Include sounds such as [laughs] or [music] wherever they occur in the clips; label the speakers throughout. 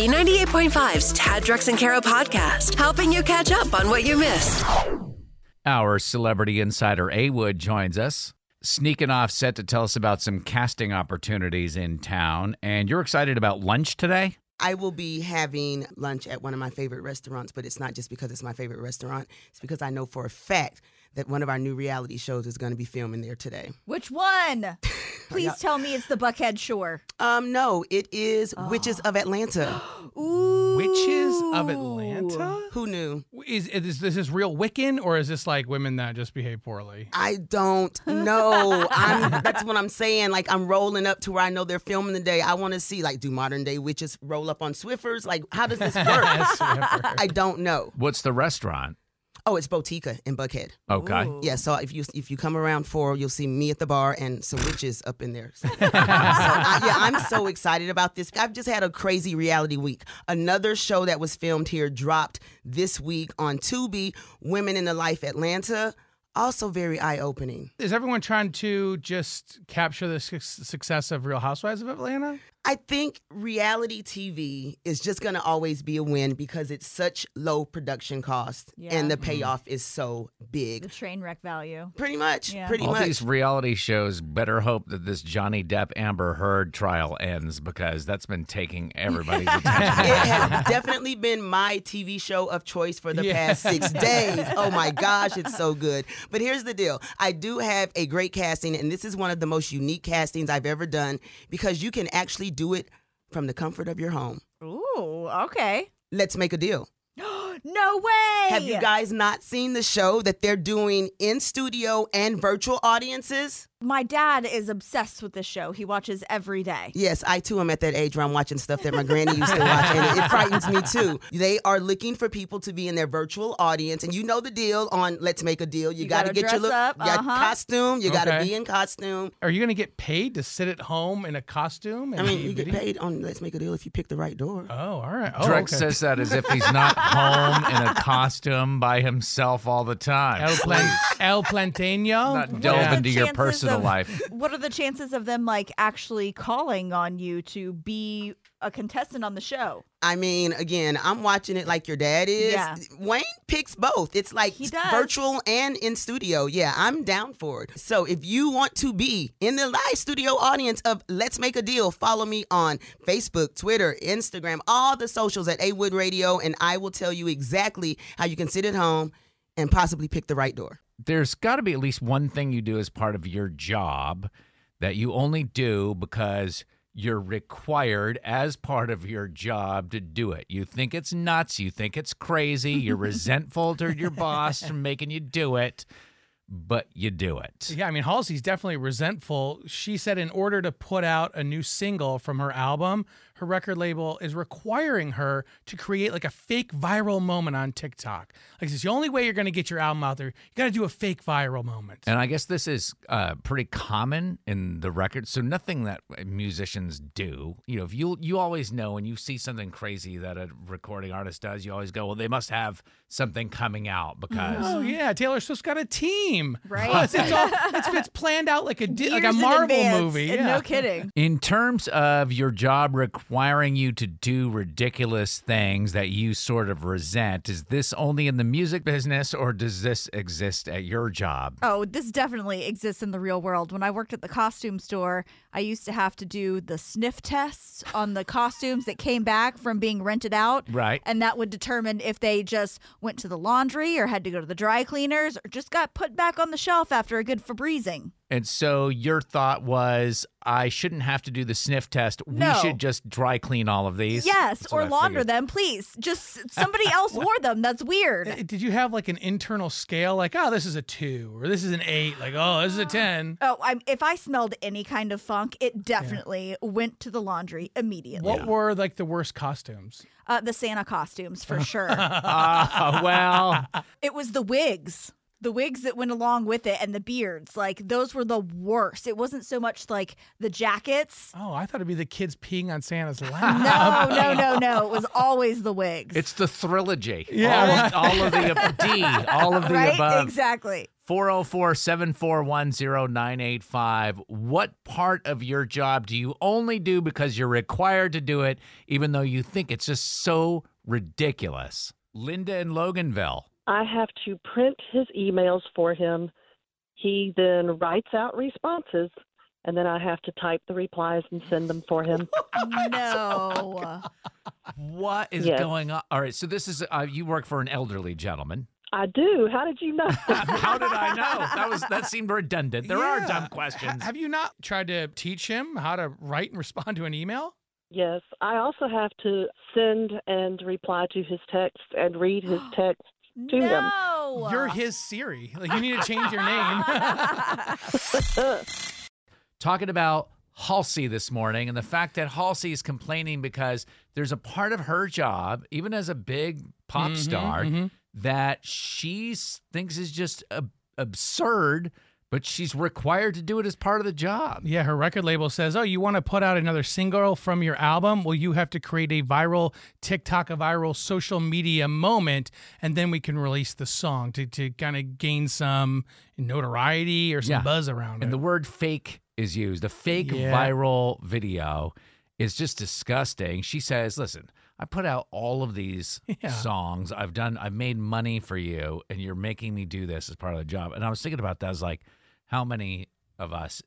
Speaker 1: B98.5's Tad Drex and Kara podcast, helping you catch up on what you missed.
Speaker 2: Our celebrity insider A Wood joins us, sneaking off set to tell us about some casting opportunities in town. And you're excited about lunch today?
Speaker 3: I will be having lunch at one of my favorite restaurants, but it's not just because it's my favorite restaurant. It's because I know for a fact that one of our new reality shows is going to be filming there today.
Speaker 4: Which one? Please tell me it's the Buckhead Shore.
Speaker 3: Um, no, it is Witches of Atlanta.
Speaker 4: Ooh.
Speaker 5: Witches of Atlanta?
Speaker 3: Who knew?
Speaker 5: Is, is this is real Wiccan or is this like women that just behave poorly?
Speaker 3: I don't know. I'm, that's what I'm saying. Like I'm rolling up to where I know they're filming today. I want to see like, do modern day witches roll up on Swiffers? Like, how does this work? I don't know.
Speaker 2: What's the restaurant?
Speaker 3: Oh, it's Botica in Buckhead.
Speaker 2: Okay.
Speaker 3: Yeah, so if you if you come around four, you'll see me at the bar and some witches up in there. [laughs] So, I, yeah, I'm so excited about this. I've just had a crazy reality week. Another show that was filmed here dropped this week on Tubi, Women in the Life Atlanta. Also very eye opening.
Speaker 5: Is everyone trying to just capture the su- success of Real Housewives of Atlanta?
Speaker 3: I think reality TV is just going to always be a win because it's such low production cost
Speaker 4: Yeah.
Speaker 2: Mm-hmm.
Speaker 3: and the payoff is so
Speaker 4: The
Speaker 3: big.
Speaker 4: train wreck value.
Speaker 3: Pretty much.
Speaker 4: Yeah.
Speaker 3: Pretty
Speaker 2: All
Speaker 3: much.
Speaker 2: these reality shows better hope that this Johnny Depp Amber Heard trial ends because that's been taking everybody's attention. [laughs]
Speaker 3: it has definitely been my TV show of choice for the
Speaker 5: Yeah.
Speaker 3: past six days. Oh my gosh, it's so good. But here's the deal I do have a great casting, and this is one of the most unique castings I've ever done because you can actually do it from the comfort of your home.
Speaker 4: Ooh, okay. [gasps]
Speaker 3: Let's make a deal.
Speaker 4: No way.
Speaker 3: Have you guys not seen the show that they're doing in studio and virtual audiences?
Speaker 4: My dad is obsessed with this show. He watches every day.
Speaker 3: Yes, I too am at that age where I'm watching stuff that my granny used to watch, and it, it frightens me too. They are looking for people to be in their virtual audience, and you know the deal on Let's Make a Deal. You,
Speaker 4: You
Speaker 3: got to
Speaker 4: gotta
Speaker 3: get your
Speaker 4: dress
Speaker 3: look,
Speaker 4: up,
Speaker 3: you got
Speaker 4: uh-huh.
Speaker 3: costume. You got to
Speaker 5: Okay.
Speaker 3: be in costume.
Speaker 5: Are you going to get paid to sit at home in a costume?
Speaker 3: I
Speaker 5: And
Speaker 3: mean,
Speaker 5: be
Speaker 3: you get
Speaker 5: video-
Speaker 3: paid on Let's Make a Deal if you pick the right door.
Speaker 5: Oh, all right.
Speaker 2: [laughs]
Speaker 5: Oh,
Speaker 2: Drex
Speaker 5: okay.
Speaker 2: says that as if he's not home in a costume by himself all the
Speaker 5: El,
Speaker 2: time.
Speaker 5: Plan- El Planteño?
Speaker 2: Not
Speaker 4: What are
Speaker 2: delve
Speaker 4: the
Speaker 2: into your
Speaker 4: chances
Speaker 2: personal
Speaker 4: of-
Speaker 2: life.
Speaker 4: [laughs] What are the chances of them like actually calling on you to be a contestant on the show?
Speaker 3: I mean, again, I'm watching it like your dad is.
Speaker 4: Yeah.
Speaker 3: Wayne picks both. It's like
Speaker 4: He does.
Speaker 3: virtual and in studio. Yeah, I'm down for it. So if you want to be in the live studio audience of Let's Make a Deal, follow me on Facebook, Twitter, Instagram, all the socials at A Wood Radio, and I will tell you exactly how you can sit at home and possibly pick the right door.
Speaker 2: there's got to be at least one thing you do as part of your job that you only do because you're required as part of your job to do it. You think it's nuts, you think it's crazy, you're resentful to your boss for making you do it, but you do it.
Speaker 5: Yeah, I mean, Halsey's definitely resentful. She said in order to put out a new single from her album, her record label is requiring her to create like a fake viral moment on TikTok. Like, it's the only way you're going to get your album out there. You got to do a fake viral moment.
Speaker 2: And I guess this is uh, pretty common in the record. So nothing that musicians do, you know, if you you always know when you see something crazy that a recording artist does, you always go, well, they must have something coming out because
Speaker 5: Oh yeah, Taylor Swift's got a team.
Speaker 4: Right.
Speaker 5: Plus,
Speaker 4: [laughs]
Speaker 5: it's, all, it's, it's planned out like a di- like a
Speaker 4: Years in
Speaker 5: Marvel
Speaker 4: advance,
Speaker 5: movie.
Speaker 4: and
Speaker 5: yeah.
Speaker 4: No kidding.
Speaker 2: In terms of your job requiring you to do ridiculous things that you sort of resent, is this only in the music business or does this exist at your job?
Speaker 4: Oh, this definitely exists in the real world. When I worked at the costume store, I used to have to do the sniff tests on the costumes that came back from being rented out.
Speaker 2: Right.
Speaker 4: And that would determine if they just went to the laundry or had to go to the dry cleaners or just got put back on the shelf after a good Febrezing.
Speaker 2: And so your thought was, I shouldn't have to do the sniff test.
Speaker 4: No.
Speaker 2: We should just dry clean all of these.
Speaker 4: Yes,
Speaker 2: That's what
Speaker 4: or
Speaker 2: I
Speaker 4: launder
Speaker 2: figured.
Speaker 4: them, please. Just
Speaker 2: [laughs]
Speaker 4: somebody else wore them. That's
Speaker 5: Uh,
Speaker 4: weird.
Speaker 5: Did you have like an internal scale? Like, oh, this is a two, or this is an eight. Like, oh, this is a ten.
Speaker 4: Oh, I'm, if I smelled any kind of funk, it definitely went to the laundry immediately.
Speaker 5: What were like the worst costumes?
Speaker 4: Uh, the Santa costumes,
Speaker 2: [laughs]
Speaker 4: for sure.
Speaker 2: Ah, well,
Speaker 4: It was the wigs. The wigs that went along with it and the beards. Like those were the worst. It wasn't so much like the
Speaker 2: [laughs]
Speaker 4: jackets.
Speaker 5: Oh, I thought it'd be the kids peeing on Santa's lap.
Speaker 4: No, no, no, no. It was always the wigs. [laughs]
Speaker 2: it's the trilogy.
Speaker 5: Yeah.
Speaker 2: All, of, all of the ab- D, all of the
Speaker 4: right?
Speaker 2: above.
Speaker 4: Exactly.
Speaker 2: 404 741 985. What part of your job do you only do because you're required to do it, even though you think it's just so ridiculous? Linda in Loganville.
Speaker 6: I have to print his emails for him. He then writes out responses, and then I have to type the replies and send them for
Speaker 7: [laughs]
Speaker 6: him.
Speaker 4: No.
Speaker 2: What is
Speaker 6: Yes.
Speaker 2: going on? All right, so this is uh, you work for an elderly gentleman.
Speaker 6: I do. How did you know? [laughs]
Speaker 2: How did I know? That was that seemed redundant. There are
Speaker 5: Yeah.
Speaker 2: dumb
Speaker 5: Ha-
Speaker 2: questions.
Speaker 5: have you not tried to teach him how to write and respond to an email?
Speaker 6: yes, I also have to send and reply to his texts and read
Speaker 7: [gasps]
Speaker 6: his texts. to him.
Speaker 4: no.
Speaker 5: You're his Siri. Like you need to change your
Speaker 2: [laughs]
Speaker 5: name.
Speaker 2: talking about Halsey this morning and the fact that Halsey is complaining because there's a part of her job, even as a big pop
Speaker 5: Mhm,
Speaker 2: star,
Speaker 5: mhm.
Speaker 2: that she s- thinks is just ab- absurd, but she's required to do it as part of the job.
Speaker 5: Yeah, her record label says, "Oh, you want to put out another single from your album? Well, you have to create a viral TikTok, a viral social media moment, and then we can release the song to to kind of gain some notoriety or some
Speaker 2: Yeah.
Speaker 5: buzz around it."
Speaker 2: And the word fake is used. A fake
Speaker 5: Yeah.
Speaker 2: viral video is just disgusting. She says, listen, I put out all of these
Speaker 5: [laughs] Yeah.
Speaker 2: songs. I've done I've made money for you and you're making me do this as part of the job. And I was thinking about that. I was like, how many of us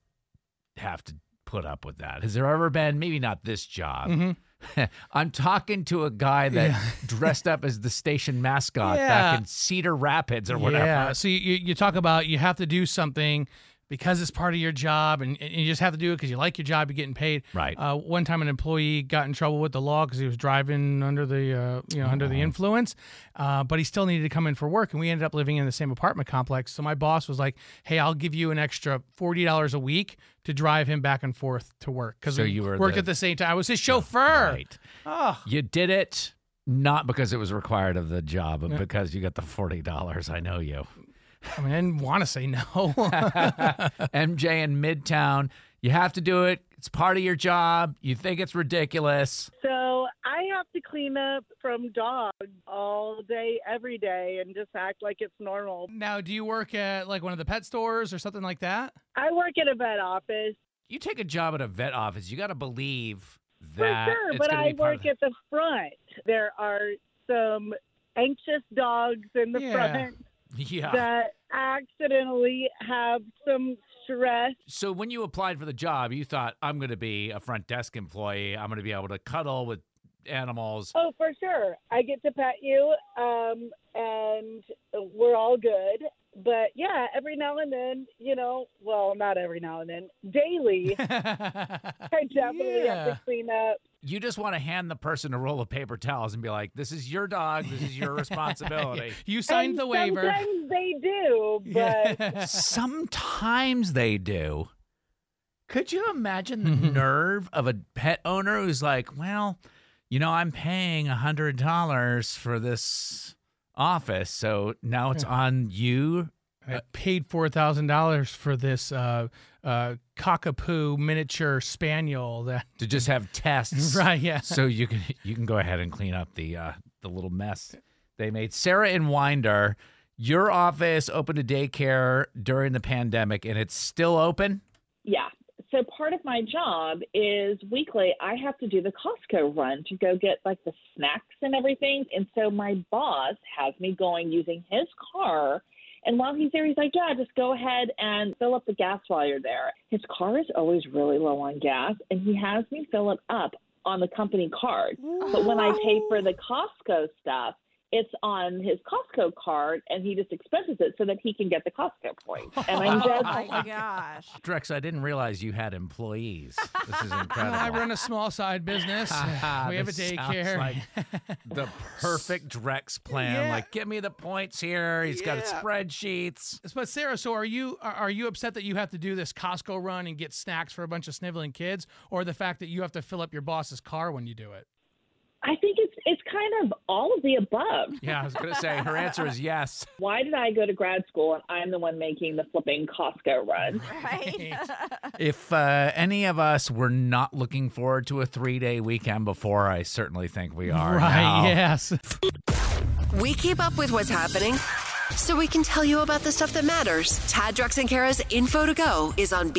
Speaker 2: have to put up with that? Has there ever been maybe not this job?
Speaker 5: Mhm.
Speaker 2: [laughs] I'm talking to a guy that dressed up as the station mascot
Speaker 5: Yeah.
Speaker 2: back in Cedar Rapids or whatever.
Speaker 5: Yeah. So you, you you talk about you have to do something because it's part of your job, and, and you just have to do it because you like your job, you're getting paid.
Speaker 2: Right.
Speaker 5: Uh, one time, an employee got in trouble with the law because he was driving under the uh, you know under
Speaker 2: Oh.
Speaker 5: the influence, uh, but he still needed to come in for work, and we ended up living in the same apartment complex. So my boss was like, "Hey, I'll give you an extra forty dollars a week to drive him back and forth to work because
Speaker 2: So
Speaker 5: we
Speaker 2: you were
Speaker 5: worked
Speaker 2: the-
Speaker 5: at the same time. I was his chauffeur.
Speaker 2: Right.
Speaker 8: Ah.
Speaker 2: You did it not because it was required of the job, but because you got the forty dollars. I know you. [laughs]
Speaker 5: I mean, I didn't want to say no. [laughs]
Speaker 2: MJ in Midtown. You have to do it. It's part of your job. You think it's ridiculous.
Speaker 8: So I
Speaker 7: uh,
Speaker 8: have to clean up from dogs all day, every day, and just act like it's normal.
Speaker 5: Now, do you work at like one of the pet stores or something like that?
Speaker 8: I work at a vet office
Speaker 2: You take a job at a vet office. You got to believe
Speaker 8: for
Speaker 2: that
Speaker 8: sure,
Speaker 2: it's
Speaker 8: but
Speaker 2: gonna
Speaker 8: I
Speaker 2: be part
Speaker 8: work
Speaker 2: of
Speaker 8: at the front. There are some anxious dogs in the
Speaker 5: Yeah.
Speaker 8: front
Speaker 2: the- [laughs] yeah.
Speaker 8: that accidentally have some stress.
Speaker 2: so when you applied for the job, you thought I'm going to be a front desk employee. I'm going to be able to cuddle with animals.
Speaker 8: Oh, for sure. I get to pet you, um, and we're all good. But yeah, every now and then, you know, well, not every now and then,
Speaker 2: [laughs]
Speaker 8: [laughs] daily. I definitely have
Speaker 5: Yeah.
Speaker 8: to clean up.
Speaker 2: You just want to hand the person a roll of paper towels and be like, "This is your dog. This is
Speaker 8: [laughs]
Speaker 2: your responsibility."
Speaker 5: You signed
Speaker 8: And
Speaker 5: the waiver. [laughs]
Speaker 8: Sometimes they do, but
Speaker 5: Yeah.
Speaker 2: Sometimes they do. Mm-hmm. Could you imagine the nerve of a pet owner who's like, well, you know, I'm paying $100 for this office, so now it's on you?
Speaker 5: I paid four thousand dollars for this uh, uh, cockapoo miniature spaniel. That [laughs]
Speaker 2: To just have [laughs] tests,
Speaker 5: right? Yeah.
Speaker 2: So you can you can go ahead and clean up the uh, the little mess they made. Sarah and Winder, your office opened a daycare during the pandemic, and it's still open.
Speaker 9: Yeah. So part of my job is weekly I have to do the Costco run to go get like the snacks and everything. And so my boss has me going using his car. And while he's there, he's like, Yeah, just go ahead and fill up the gas while you're there. His car is always really low on gas, and he has me fill it up on the company card. But when I pay for the Costco stuff, it's on his Costco card, and he just expenses it so that he can get the Costco points. And I'm
Speaker 4: oh
Speaker 9: just
Speaker 4: my gosh.
Speaker 2: [laughs] Drex, I didn't realize you had employees. This [laughs] is
Speaker 5: Well,
Speaker 2: incredible.
Speaker 5: I run a small side
Speaker 2: [laughs]
Speaker 5: business. we have a
Speaker 2: This sounds
Speaker 5: daycare.
Speaker 2: [laughs] like the perfect Drex plan.
Speaker 5: Yeah.
Speaker 2: Like, give me the points here. He's got
Speaker 5: Yeah.
Speaker 2: spreadsheets.
Speaker 5: but Sarah, so are you are- are you upset that you have to do this Costco run and get snacks for a bunch of sniveling kids, or the fact that you have to fill up your boss's car when you do it?
Speaker 9: I think it's it's kind of all of the above.
Speaker 2: Yeah, I was gonna say her answer is yes.
Speaker 9: Why did I go to grad school and I'm the one making the flipping Costco run?
Speaker 4: Right?
Speaker 2: [laughs] If uh, any of us were not looking forward to a three-day weekend before, I certainly think we are.
Speaker 5: right.
Speaker 2: now.
Speaker 5: Yes.
Speaker 1: We keep up with what's happening so we can tell you about the stuff that matters. Tad, Drex, and Kara's info to go is on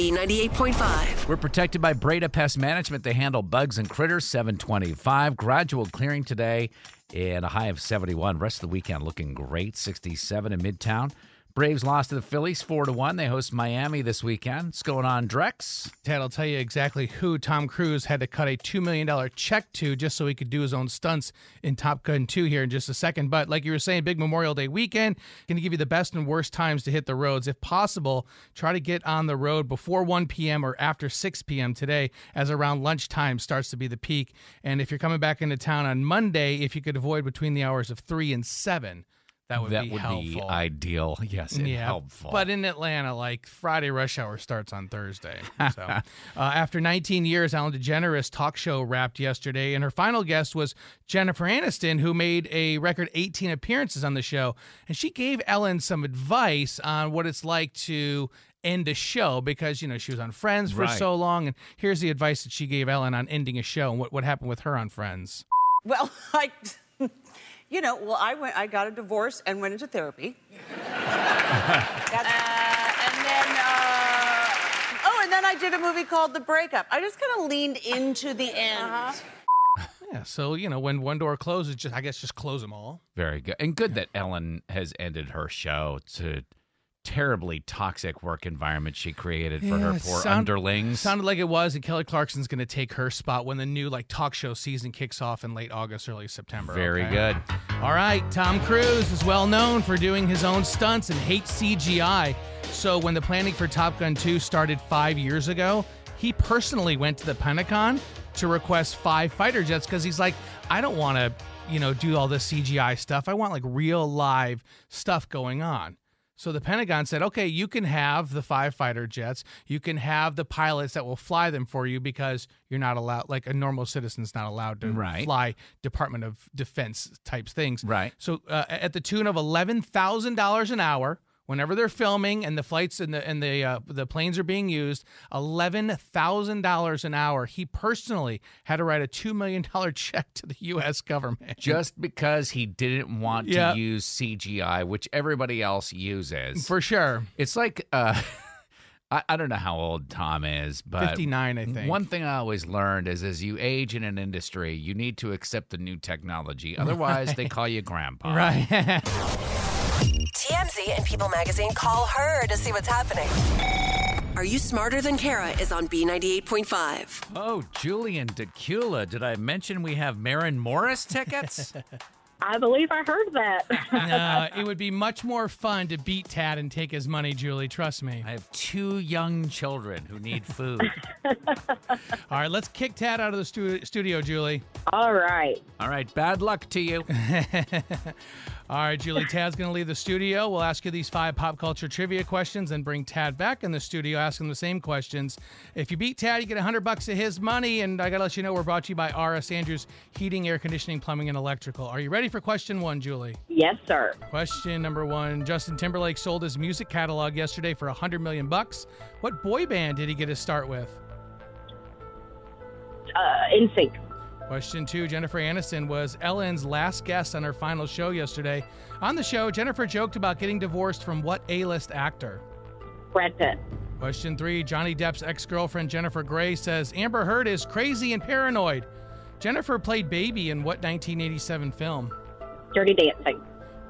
Speaker 1: B98.5.
Speaker 2: We're protected by Breda Pest Management. They handle bugs and critters. 725 gradual clearing today and a high of 71. Rest of the weekend looking great. 67 in Midtown. Braves lost to the Phillies 4 to 1. They host Miami this weekend. What's going on, Drex?
Speaker 5: Ted, I'll tell you exactly who Tom Cruise had to cut a $2 million check to just so he could do his own stunts in Top Gun 2 here in just a second. But like you were saying, big Memorial Day weekend, going to give you the best and worst times to hit the roads. If possible, try to get on the road before 1 p.m. or after 6 p.m. today, as around lunchtime starts to be the peak. And if you're coming back into town on Monday, if you could avoid between the hours of 3 and 7, that would,
Speaker 2: that
Speaker 5: be,
Speaker 2: would be
Speaker 5: helpful.
Speaker 2: ideal. Yes, and helpful.
Speaker 5: But in Atlanta, like Friday rush hour starts on Thursday. So uh, after 19 years, Ellen DeGeneres' talk show wrapped yesterday, and her final guest was Jennifer Aniston, who made a record 18 appearances on the show, and she gave Ellen some advice on what it's like to end a show because you know she was on Friends for
Speaker 2: Right.
Speaker 5: so long, and here's the advice that she gave Ellen on ending a show and what what happened with her on Friends.
Speaker 10: Well, [laughs] I, you know, well, I went, I got a divorce and went
Speaker 11: [laughs]
Speaker 10: into therapy. That's- and then, uh, oh, and then I did a movie called The Breakup. I just kind of leaned into the end.
Speaker 5: Yeah, so you know when one door closes, just I guess just close them all.
Speaker 2: Very good. And good that Ellen has ended her show to terribly toxic work environment she created for
Speaker 5: Yeah,
Speaker 2: her poor
Speaker 5: sound-
Speaker 2: underlings.
Speaker 5: Sounded like it was, and Kelly Clarkson's going to take her spot when the new like talk show season kicks off in late August, early September.
Speaker 2: Very
Speaker 5: okay?
Speaker 2: good.
Speaker 5: All right, Tom Cruise is well known for doing his own stunts and hates CGI. So when the planning for Top Gun 2 started five years ago, he personally went to the Pentagon to request five fighter jets because he's like, I don't want to, you know, do all this CGI stuff. I want like real live stuff going on. So the Pentagon said, okay, you can have the five fighter jets. You can have the pilots that will fly them for you because you're not allowed, like a normal citizen's not allowed to
Speaker 2: Right.
Speaker 5: fly Department of Defense types things.
Speaker 2: Right.
Speaker 5: So uh, at the tune of eleven thousand dollars an hour, whenever they're filming and the flights and the and the uh, the planes are being used, eleven thousand dollars an hour. He personally had to write a two million dollar [laughs] check to the U.S. government.
Speaker 2: Just because he didn't want
Speaker 5: Yeah.
Speaker 2: to use CGI, which everybody else uses.
Speaker 5: for sure,
Speaker 2: it's like uh [laughs] I, I don't know how old Tom is, but
Speaker 5: fifty nine. I think
Speaker 2: One thing I always learned is as you age in an industry, you need to accept the
Speaker 5: [laughs]
Speaker 2: new technology. Otherwise, they call you grandpa.
Speaker 5: right.
Speaker 1: TMZ and People Magazine call her to see what's happening. Are You Smarter Than Kara is on B98.5.
Speaker 2: Oh, Julian DeCula, did I mention we have Marin
Speaker 5: [laughs]
Speaker 2: Morris tickets?
Speaker 7: I believe I heard that. [laughs]
Speaker 5: no, Uh, it would be much more fun to beat Tad and take his money, Julie. Trust me.
Speaker 2: I have two young children who need food.
Speaker 5: All right, let's kick Tad out of the stu- studio, Julie.
Speaker 7: All right.
Speaker 2: All right, bad luck to you.
Speaker 5: All right, Julie, Tad's going to leave the studio. We'll ask you these five pop culture trivia questions and bring Tad back in the studio, ask him the same questions. If you beat Tad, you get 100 bucks of his money. And I got to let you know, we're brought to you by R.S. Andrews Heating, Air Conditioning, Plumbing, and Electrical. Are you ready for question one, Julie?
Speaker 7: Yes, sir.
Speaker 5: Question number one Justin Timberlake sold his music catalog yesterday for 100 million bucks. What boy band did he get his start with?
Speaker 7: Uh, in sync.
Speaker 5: Question two Jennifer Aniston was Ellen's last guest on her final show yesterday. On the show, Jennifer joked about getting divorced from what A list actor?
Speaker 7: Brad Pitt.
Speaker 5: Question three Johnny Depp's ex girlfriend Jennifer Gray says Amber Heard is crazy and paranoid. Jennifer played Baby in what 1987 film?
Speaker 7: Dirty Dancing.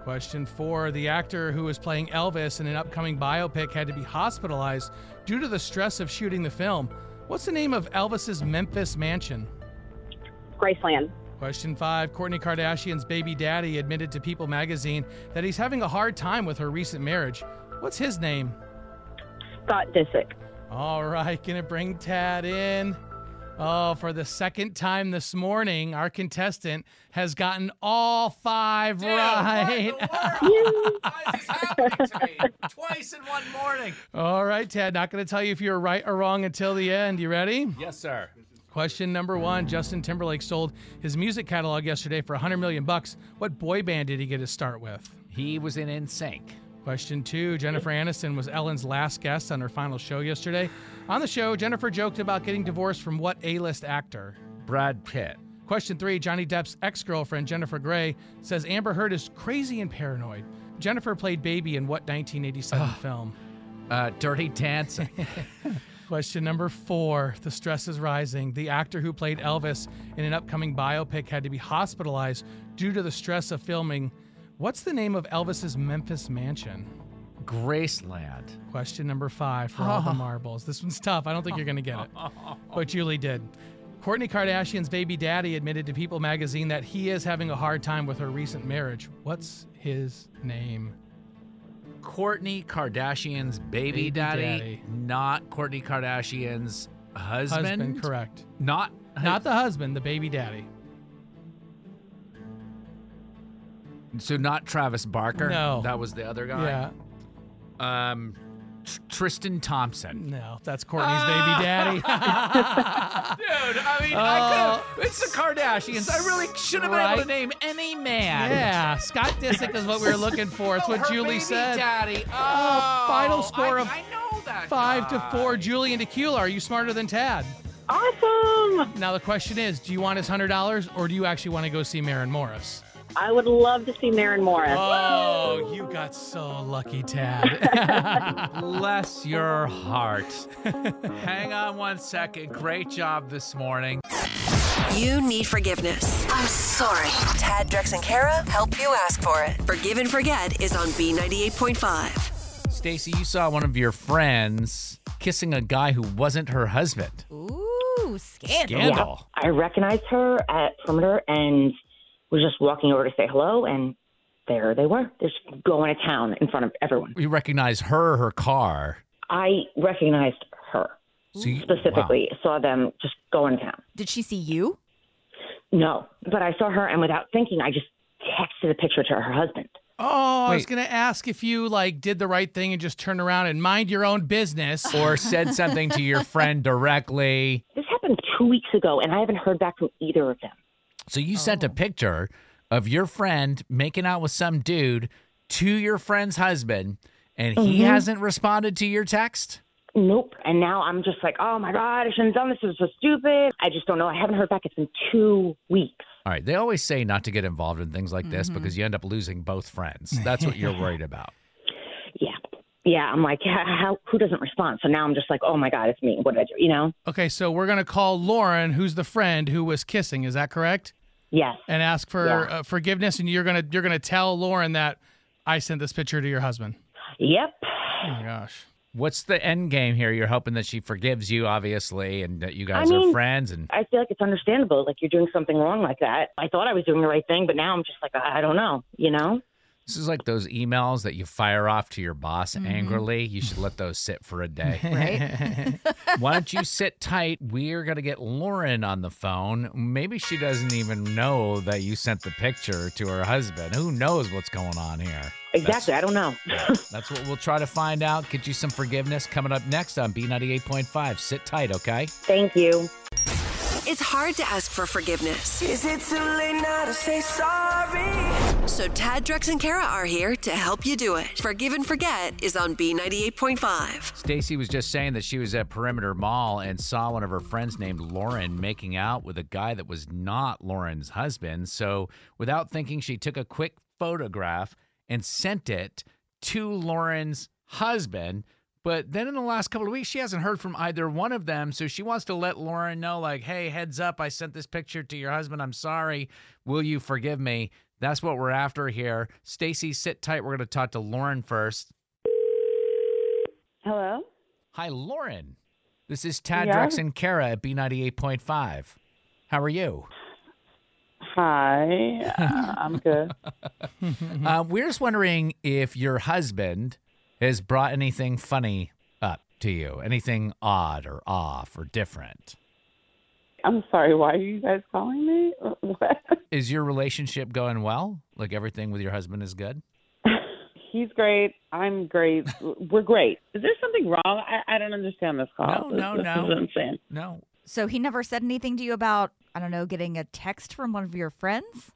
Speaker 5: Question four The actor who is playing Elvis in an upcoming biopic had to be hospitalized due to the stress of shooting the film. What's the name of Elvis's Memphis mansion?
Speaker 7: Graceland.
Speaker 5: Question five Courtney Kardashian's baby daddy admitted to People magazine that he's having a hard time with her recent marriage. What's his name?
Speaker 7: Scott Disick.
Speaker 5: All right, gonna bring Tad in. Oh, for the second time this morning, our contestant has gotten all five right. [laughs]
Speaker 2: Twice in one morning.
Speaker 5: all right, Tad, not gonna tell you if you're right or wrong until the end. You ready?
Speaker 2: Yes, sir.
Speaker 5: Question number one Justin Timberlake sold his music catalog yesterday for 100 million bucks. What boy band did he get his start with?
Speaker 2: He was in NSYNC.
Speaker 5: Question two Jennifer Aniston was Ellen's last guest on her final show yesterday. On the show, Jennifer joked about getting divorced from what A list actor?
Speaker 2: Brad Pitt.
Speaker 5: Question three Johnny Depp's ex girlfriend, Jennifer Gray, says Amber Heard is crazy and paranoid. Jennifer played Baby in what 1987 film?
Speaker 2: Uh, Dirty Dancing.
Speaker 5: Question number four. The stress is rising. The actor who played Elvis in an upcoming biopic had to be hospitalized due to the stress of filming. What's the name of Elvis's Memphis mansion?
Speaker 2: Graceland.
Speaker 5: Question number five for all the marbles. This one's tough. I don't think you're going to get it. But Julie did. Courtney Kardashian's baby daddy admitted to People magazine that he is having a hard time with her recent marriage. What's his name?
Speaker 2: Courtney Kardashian's baby,
Speaker 5: Baby
Speaker 2: daddy,
Speaker 5: daddy.
Speaker 2: not Courtney Kardashian's husband.
Speaker 5: Husband, correct.
Speaker 2: Not
Speaker 5: Not the husband, the baby daddy.
Speaker 2: so not Travis Barker.
Speaker 5: No.
Speaker 2: that was the other
Speaker 5: Yeah.
Speaker 2: guy. Yeah. Um, Tr- Tristan Thompson.
Speaker 5: No, that's Courtney's baby [laughs] daddy.
Speaker 2: Dude, I mean,
Speaker 5: I could've-
Speaker 2: It's the Kardashians. I really should have been able
Speaker 5: Oh. Right.
Speaker 2: to name any man.
Speaker 5: yeah, Scott Disick is what we were looking for.
Speaker 2: [laughs]
Speaker 5: It's
Speaker 2: Oh,
Speaker 5: what
Speaker 2: her
Speaker 5: Julie
Speaker 2: baby
Speaker 5: said.
Speaker 2: Daddy. Oh,
Speaker 5: final score
Speaker 2: I-
Speaker 5: of
Speaker 2: I know that
Speaker 5: Five to
Speaker 2: guy.
Speaker 5: four. Julie and Tequila, are you smarter than Tad?
Speaker 7: Awesome.
Speaker 5: Now the question is, do you want his hundred dollars or do you actually want to go see Maren Morris?
Speaker 7: I would love to see Marin Morris.
Speaker 5: Oh, you got so lucky,
Speaker 2: [laughs]
Speaker 5: Tad.
Speaker 2: Bless your heart. [laughs] Hang on one second. Great job this morning.
Speaker 1: You need forgiveness. I'm sorry. Tad, Drex, and Kara help you ask for it. Forgive and Forget is on B98.5.
Speaker 2: Stacy, you saw one of your friends kissing a guy who wasn't her husband.
Speaker 4: Ooh, scandal.
Speaker 2: Scandal.
Speaker 7: I recognized her at perimeter and was just walking over to say hello, and there they were, just going to town in front of everyone.
Speaker 2: You recognize her, her car.
Speaker 7: I recognized her
Speaker 2: So you,
Speaker 7: specifically, saw them just going to town.
Speaker 4: Did she see you?
Speaker 7: No, but I saw her, and without thinking, I just texted a picture to her husband.
Speaker 5: [laughs] oh, I was
Speaker 2: Wait.
Speaker 5: gonna ask if you like did the right thing and just turned around and mind your own business.
Speaker 2: Wow. Or said something to your friend directly.
Speaker 7: This happened two weeks ago, and I haven't heard back from either of them.
Speaker 2: So you sent a picture of your friend making out with some dude to your friend's husband, and he hasn't responded to your text?
Speaker 7: Nope. And now I'm just like, oh my God, I shouldn't have done this. It was so stupid. I just don't know. I haven't heard back. It's been two weeks.
Speaker 2: All right. They always say not to get involved in things like this
Speaker 7: Mm-hmm.
Speaker 2: because you end up losing both
Speaker 7: [laughs]
Speaker 2: friends. That's what you're worried about.
Speaker 7: Yeah. Yeah. I'm like, how, how, who doesn't respond? So now I'm just like, oh my God, it's me. What did I do? You know?
Speaker 5: Okay, so we're gonna call Lauren, who's the friend who was kissing. Is that correct?
Speaker 7: Yes.
Speaker 5: And ask for uh, forgiveness, and you're gonna you're gonna tell Lauren that I sent this picture to your husband.
Speaker 7: Yep.
Speaker 5: Oh my gosh.
Speaker 2: What's the end game here? You're hoping that she forgives you, obviously, and that you guys are
Speaker 7: mean-
Speaker 2: friends. And
Speaker 7: I feel like it's understandable. Like you're doing something wrong like that. I thought I was doing the right thing, but now I'm just like, I I don't know, you know?
Speaker 2: this is like those emails that you fire off to your boss angrily. You should let those sit for a day.
Speaker 4: Right?
Speaker 2: [laughs] Why don't you sit tight? We're going to get Lauren on the phone. Maybe she doesn't even know that you sent the picture to her husband. Who knows what's going on here?
Speaker 7: Exactly. I don't know.
Speaker 2: That's what we'll try to find out. Get you some forgiveness coming up next on B98.5. Sit tight, okay?
Speaker 7: Thank you.
Speaker 1: It's hard to ask for forgiveness.
Speaker 12: Is it too late now to say sorry?
Speaker 1: So Tad, Drex, and Kara are here to help you do it. Forgive and Forget is on B98.5.
Speaker 2: Stacy was just saying that she was at Perimeter Mall and saw one of her friends named Lauren making out with a guy that was not Lauren's husband. So, without thinking, she took a quick photograph and sent it to Lauren's husband. But then in the last couple of weeks, she hasn't heard from either one of them. So she wants to let Lauren know, like, hey, heads up, I sent this picture to your husband. I'm sorry. Will you forgive me? That's what we're after here. Stacy, sit tight. We're going to talk to Lauren first.
Speaker 7: Hello?
Speaker 2: Hi, Lauren. This is Tad
Speaker 7: Yeah?
Speaker 2: Drex and Kara at B98.5. How are you?
Speaker 7: Hi. I'm [laughs] good.
Speaker 2: Uh, we're just wondering if your husband has brought anything funny up to you, anything odd or off or different.
Speaker 7: I'm sorry. Why are you guys calling me? [laughs]
Speaker 2: Is your relationship going well? Like everything with your husband is good?
Speaker 7: He's great. I'm great. We're great. Is there something wrong? I, I don't understand this
Speaker 2: No, no, no.
Speaker 7: insane.
Speaker 2: No.
Speaker 4: so he never said anything to you about, I don't know, getting a text from one of your friends?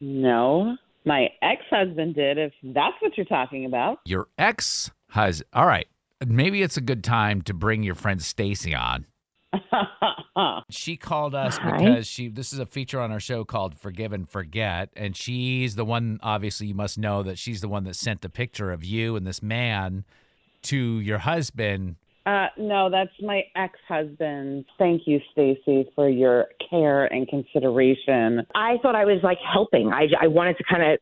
Speaker 10: No, my ex husband did, if that's what you're talking
Speaker 7: [laughs]
Speaker 10: about.
Speaker 2: Your ex has. All right. Maybe it's a good time to bring your friend Stacy on. She called us
Speaker 7: Hi.
Speaker 2: because she this is a feature on our show called Forgive and Forget and she's the one obviously you must know that she's the one that sent the picture of you and this man to your husband.
Speaker 13: Uh, no, that's my ex-husband. Thank you, Stacy, for your care and consideration.
Speaker 7: I thought I was like helping. I, I wanted to kind of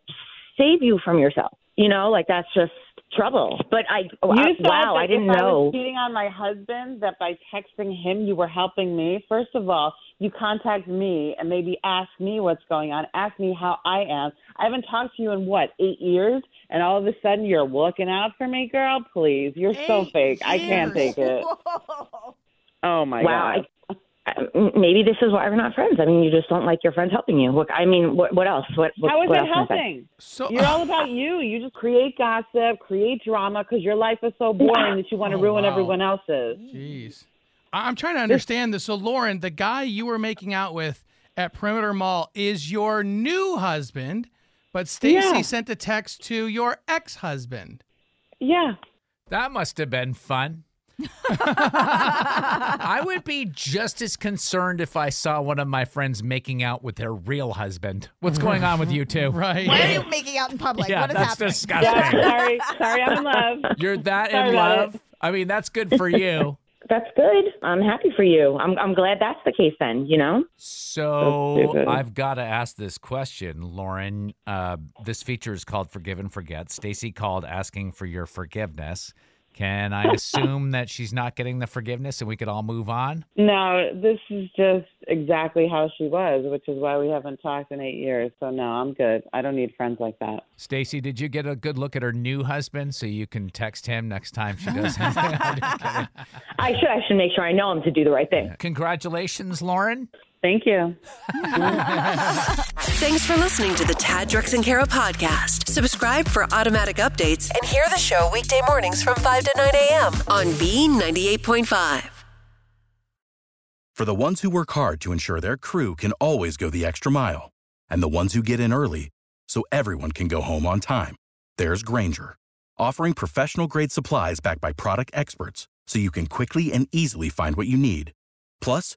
Speaker 7: save you from yourself. You know, like that's just trouble. But I, oh, I-
Speaker 13: thought
Speaker 7: wow,
Speaker 13: that
Speaker 7: I didn't
Speaker 13: if I
Speaker 7: know.
Speaker 13: was cheating on my husband, that by texting him you were helping me. First of all, you contact me and maybe ask me what's going on. Ask me how I am. I haven't talked to you in what eight years, and all of a sudden you're looking out for me, girl. Please, you're so fake. I can't take
Speaker 5: [laughs]
Speaker 13: it. Oh my god.
Speaker 7: wow. I, I- maybe this is why we're not friends. I mean, you just don't like your friends helping you. Look, I mean, what, what else? What, what,
Speaker 13: How is
Speaker 7: what
Speaker 13: it
Speaker 7: else can I say?
Speaker 13: helping? You're all about you. You just create gossip, create drama because your life is so boring that you want to
Speaker 5: Oh,
Speaker 13: ruin
Speaker 5: wow.
Speaker 13: everyone else's.
Speaker 5: Jeez. I- I'm trying to understand this. So, Lauren, the guy you were making out with at Perimeter Mall is your new husband, but Stacy
Speaker 13: Yeah.
Speaker 5: sent a text to your ex husband.
Speaker 13: Yeah.
Speaker 2: That must have been fun. I would be just as concerned if I saw one of my friends making out with their real husband. What's going on with you two?
Speaker 5: Right.
Speaker 4: Why are you making out in public?
Speaker 2: Yeah,
Speaker 4: what is
Speaker 2: that's
Speaker 4: happening?
Speaker 7: [laughs]
Speaker 2: disgusting. Yeah,
Speaker 13: sorry. Sorry, I'm in love.
Speaker 2: You're that
Speaker 7: Sorry
Speaker 2: in
Speaker 7: about
Speaker 2: love? I mean, that's good for you.
Speaker 7: That's good. I'm happy for you. I'm, I'm glad that's the case then, you know?
Speaker 2: So
Speaker 7: That's stupid.
Speaker 2: I've got to ask this question, Lauren. Uh, this feature is called Forgive and Forget. Stacy called asking for your forgiveness. Can I assume that she's not getting the forgiveness and we could all move on?
Speaker 13: No, this is just exactly how she was, which is why we haven't talked in eight years. So no, I'm good. I don't need friends like that.
Speaker 2: Stacy, did you get a good look at her new husband so you can text him next time she does anything? I'm just kidding.
Speaker 7: I should, I should make sure I know him to do the right thing.
Speaker 2: [laughs] Congratulations, Lauren.
Speaker 13: Thank you.
Speaker 1: Thanks for listening to the Tad Drex and Kara podcast. Subscribe for automatic updates and hear the show weekday mornings from 5 to 9 a.m. on B98.5.
Speaker 11: For the ones who work hard to ensure their crew can always go the extra mile, and the ones who get in early so everyone can go home on time, there's Granger, offering professional grade supplies backed by product experts so you can quickly and easily find what you need. Plus,